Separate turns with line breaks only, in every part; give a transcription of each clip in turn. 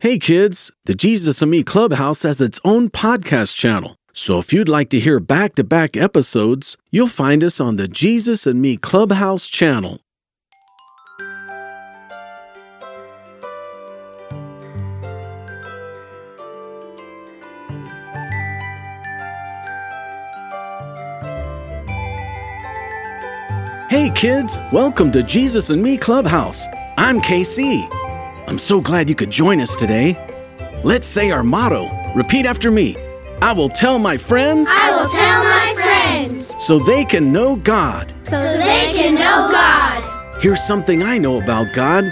Hey kids, the Jesus and Me Clubhouse has its own podcast channel. So if you'd like to hear back to back episodes, you'll find us on the Jesus and Me Clubhouse channel. Hey kids, welcome to Jesus and Me Clubhouse. I'm KC. I'm so glad you could join us today. Let's say our motto. Repeat after me I will tell my friends
I will tell my friends
so they can know God.
so they can know God.
Here's something I know about God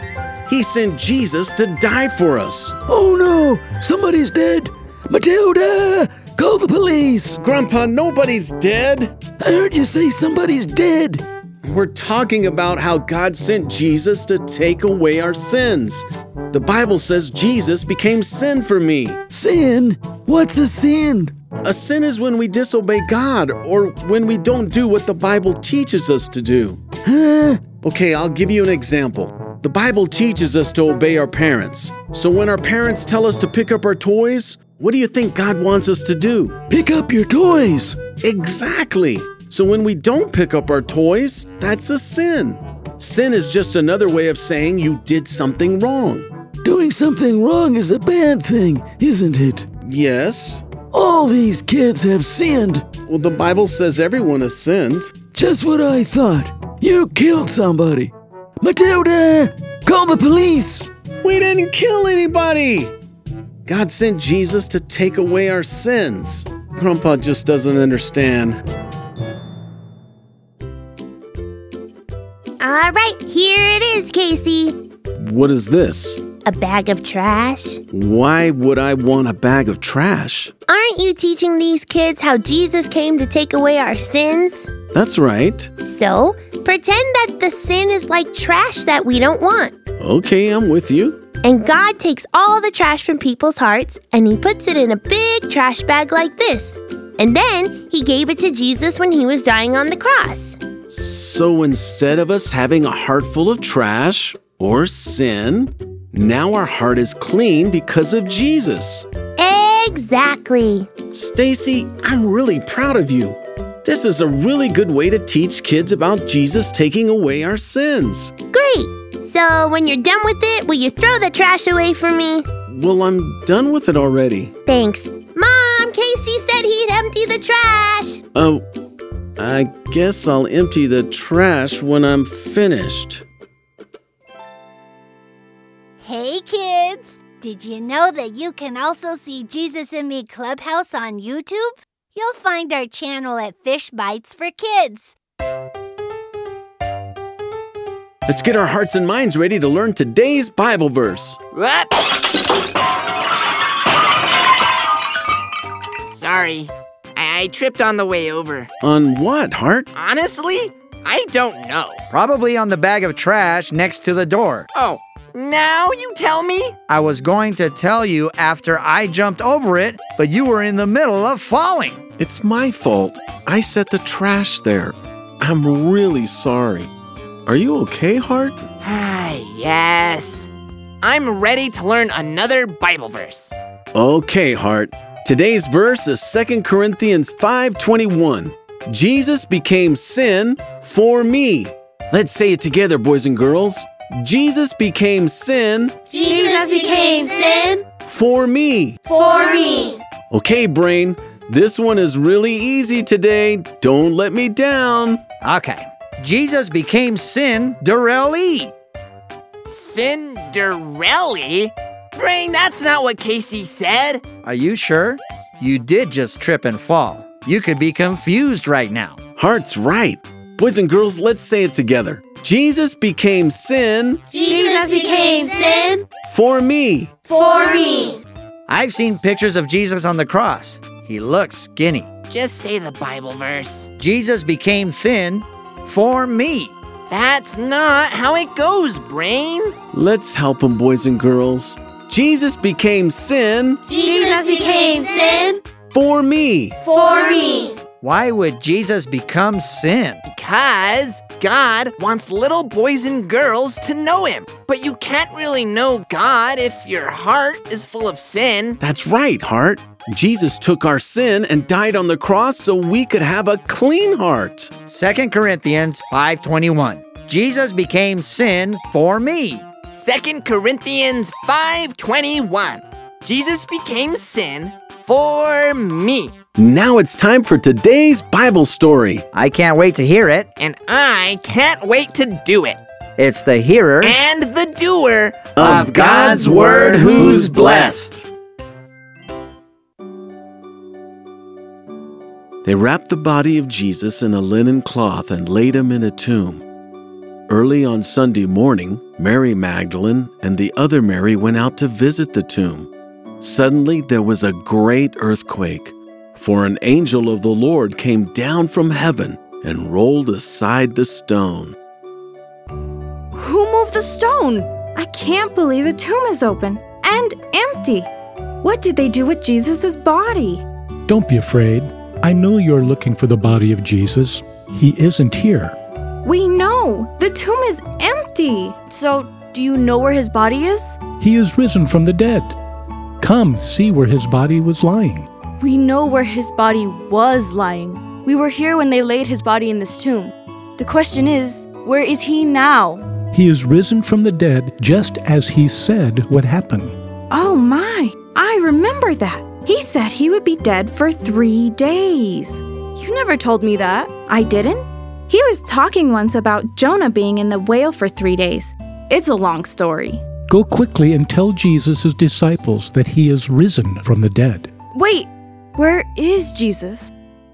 He sent Jesus to die for us.
Oh no! Somebody's dead! Matilda! Call the police!
Grandpa, nobody's dead.
I heard you say somebody's dead!
We're talking about how God sent Jesus to take away our sins. The Bible says Jesus became sin for me.
Sin? What's a sin?
A sin is when we disobey God or when we don't do what the Bible teaches us to do.
Huh?
Okay, I'll give you an example. The Bible teaches us to obey our parents. So when our parents tell us to pick up our toys, what do you think God wants us to do?
Pick up your toys!
Exactly. So when we don't pick up our toys, that's a sin. Sin is just another way of saying you did something wrong.
Doing something wrong is a bad thing, isn't it?
Yes.
All these kids have sinned!
Well, the Bible says everyone has sinned.
Just what I thought. You killed somebody! Matilda! Call the police!
We didn't kill anybody. God sent Jesus to take away our sins. Grandpa just doesn't understand.
All right, here it is, Casey.
What is this?
A bag of trash.
Why would I want a bag of trash?
Aren't you teaching these kids how Jesus came to take away our sins?
That's right.
So, pretend that the sin is like trash that we don't want.
Okay, I'm with you.
And God takes all the trash from people's hearts and he puts it in a big trash bag like this. And then he gave it to Jesus when he was dying on the cross.
So instead of us having a heart full of trash or sin, now our heart is clean because of Jesus.
Exactly.
Stacy, I'm really proud of you. This is a really good way to teach kids about Jesus taking away our sins.
Great. So, when you're done with it, will you throw the trash away for me?
Well, I'm done with it already.
Thanks. Mom, Casey said he'd empty the trash.
Oh, I guess I'll empty the trash when I'm finished.
Hey kids! Did you know that you can also see Jesus and Me Clubhouse on YouTube? You'll find our channel at Fish Bites for Kids.
Let's get our hearts and minds ready to learn today's Bible verse.
Sorry. I-, I tripped on the way over.
On what, Heart?
Honestly, I don't know.
Probably on the bag of trash next to the door.
Oh, now you tell me?
I was going to tell you after I jumped over it, but you were in the middle of falling.
It's my fault. I set the trash there. I'm really sorry. Are you okay, Heart?
Ah, yes. I'm ready to learn another Bible verse.
Okay, Heart. Today's verse is 2 Corinthians 5:21. Jesus became sin for me. Let's say it together, boys and girls. Jesus became sin
Jesus became sin
for me.
for me.
Okay, brain. This one is really easy today. Don't let me down.
Okay. Jesus became sin, Darrell E.
Cinderelli? Brain, that's not what Casey said.
Are you sure? You did just trip and fall. You could be confused right now.
Heart's right. Boys and girls, let's say it together. Jesus became sin
Jesus became sin
for me.
for me.
I've seen pictures of Jesus on the cross. He looks skinny.
Just say the Bible verse.
Jesus became thin for me.
That's not how it goes, Brain.
Let's help him, boys and girls. Jesus became sin
Jesus became sin
for me.
for me.
Why would Jesus become sin?
Because God wants little boys and girls to know Him. But you can't really know God if your heart is full of sin.
That's right, heart. Jesus took our sin and died on the cross so we could have a clean heart.
2 Corinthians 5:21. Jesus became sin for me.
2 Corinthians 5:21. Jesus became sin for me,
Now it's time for today's Bible story.
I can't wait to hear it.
and I can't wait to do it.
It's the hearer.
And the doer
Of God's Word, who's blessed. They wrapped the body of Jesus in a linen cloth and laid him in a tomb. Early on Sunday morning, Mary Magdalene and the other Mary went out to visit the tomb. Suddenly, there was a great earthquake, for an angel of the Lord came down from heaven and rolled aside the stone.
Who moved the stone? I can't believe the tomb is open and empty. What did they do with Jesus' body?
Don't be afraid. I know you're looking for the body of Jesus. He isn't here.
We know the tomb is empty.
So, do you know where his body is?
He is risen from the dead. Come see where his body was lying.
We know where his body was lying. We were here when they laid his body in this tomb. The question is, where is he now?
He is risen from the dead just as he said would happen.
Oh my, I remember that. He said he would be dead for three days.
You never told me that.
I didn't? He was talking once about Jonah being in the whale for three days. It's a long story.
Go quickly and tell Jesus' disciples that he is risen from the dead.
Wait, where is Jesus?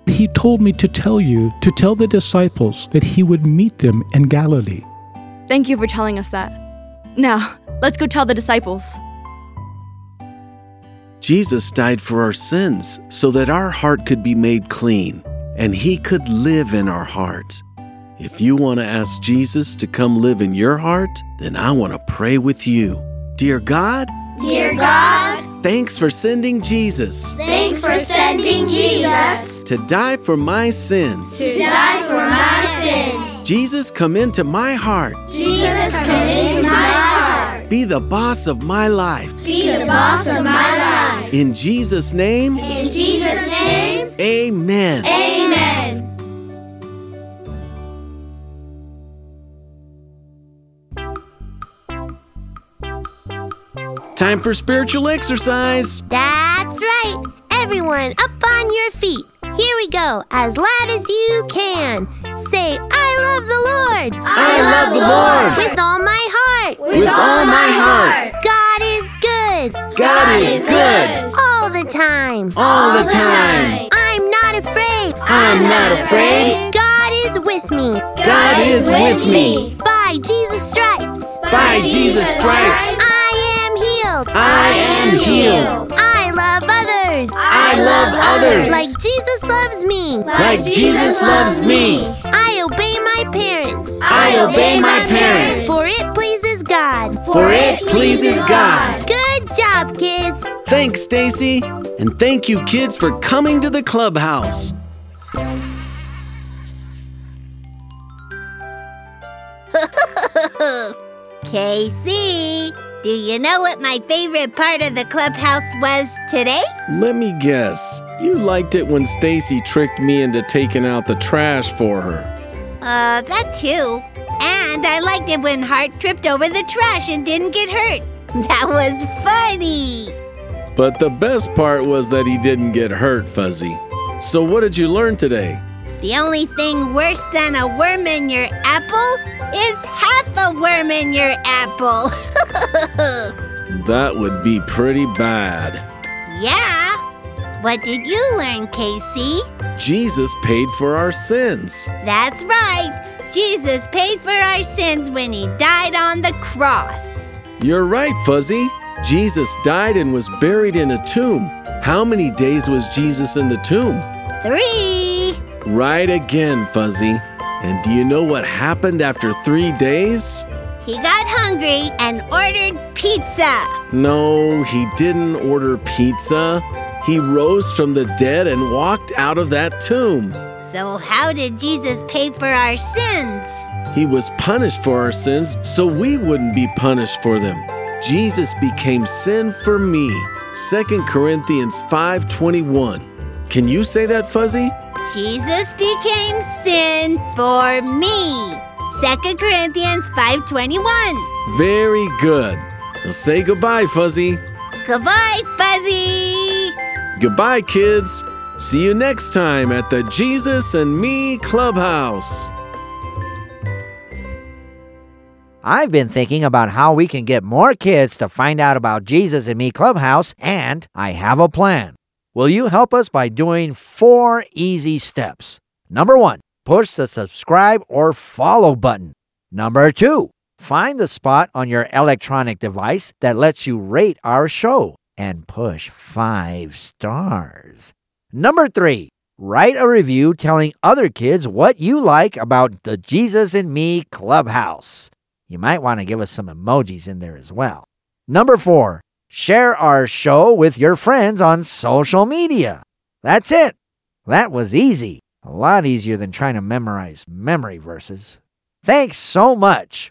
He told me to tell you to tell the disciples that he would meet them in Galilee.
Thank you for telling us that. Now, let's go tell the disciples.
Jesus died for our sins so that our heart could be made clean and he could live in our heart. If you want to ask Jesus to come live in your heart, then I want to pray with you. Dear God,
Dear God,
thanks for sending Jesus
thanks for sending Jesus
to die for my sins.
to die for my sins.
Jesus, come into my heart.
Jesus, come into my heart.
Be the boss of my life.
Be the boss of my life.
In Jesus' name,
In Jesus' name,
amen.
amen.
Time for spiritual exercise.
That's right. Everyone up on your feet. Here we go, as loud as you can. Say, I love the Lord. I love the Lord. With all my heart. With, all my heart. God is good. God is good. All the time. All the time. I'm not afraid. I'm not afraid. God is with me. God is with me. By Jesus' stripes. By Jesus' stripes. I am healed. I am healed. I love others. I love others. Like Jesus loves me. Like Jesus loves me. I obey my parents. I obey my parents. For it pleases God. For it pleases God. Good job, kids.
Thanks, Stacy. And thank you, kids, for coming to the clubhouse.
KC, do you know what my favorite part of the clubhouse was today?
Let me guess. You liked it when Stacy tricked me into taking out the trash for her.
Uh, that too. And I liked it when Hart tripped over the trash and didn't get hurt. That was funny.
But the best part was that he didn't get hurt, Fuzzy. So, what did you learn today?
The only thing worse than a worm in your apple is half a worm in your apple.
That would be pretty bad.
yeah. What did you learn, Casey?
Jesus paid for our sins.
That's right. Jesus paid for our sins when he died on the cross.
You're right, Fuzzy. Jesus died and was buried in a tomb. How many days was Jesus in the tomb?
Three.
Right again, Fuzzy. And do you know what happened after three days?
He got hungry and ordered pizza.
No, he didn't order pizza. He rose from the dead and walked out of that tomb.
So, how did Jesus pay for our sins?
He was punished for our sins so we wouldn't be punished for them. Jesus became sin for me. 2 Corinthians 5:21. Can you say that, Fuzzy?
Jesus became sin for me. 2 Corinthians 5:21.
Very good. Now say goodbye, Fuzzy.
Goodbye, Fuzzy.
Goodbye, kids. See you next time at the Jesus and Me Clubhouse.
I've been thinking about how we can get more kids to find out about Jesus and Me Clubhouse, and I have a plan. Will you help us by doing four easy steps? Number one, push the subscribe or follow button. Number two, find the spot on your electronic device that lets you rate our show and push five stars. Number three, write a review telling other kids what you like about the Jesus and Me Clubhouse. You might want to give us some emojis in there as well. Number four, share our show with your friends on social media. That's it. That was easy. A lot easier than trying to memorize memory verses. Thanks so much.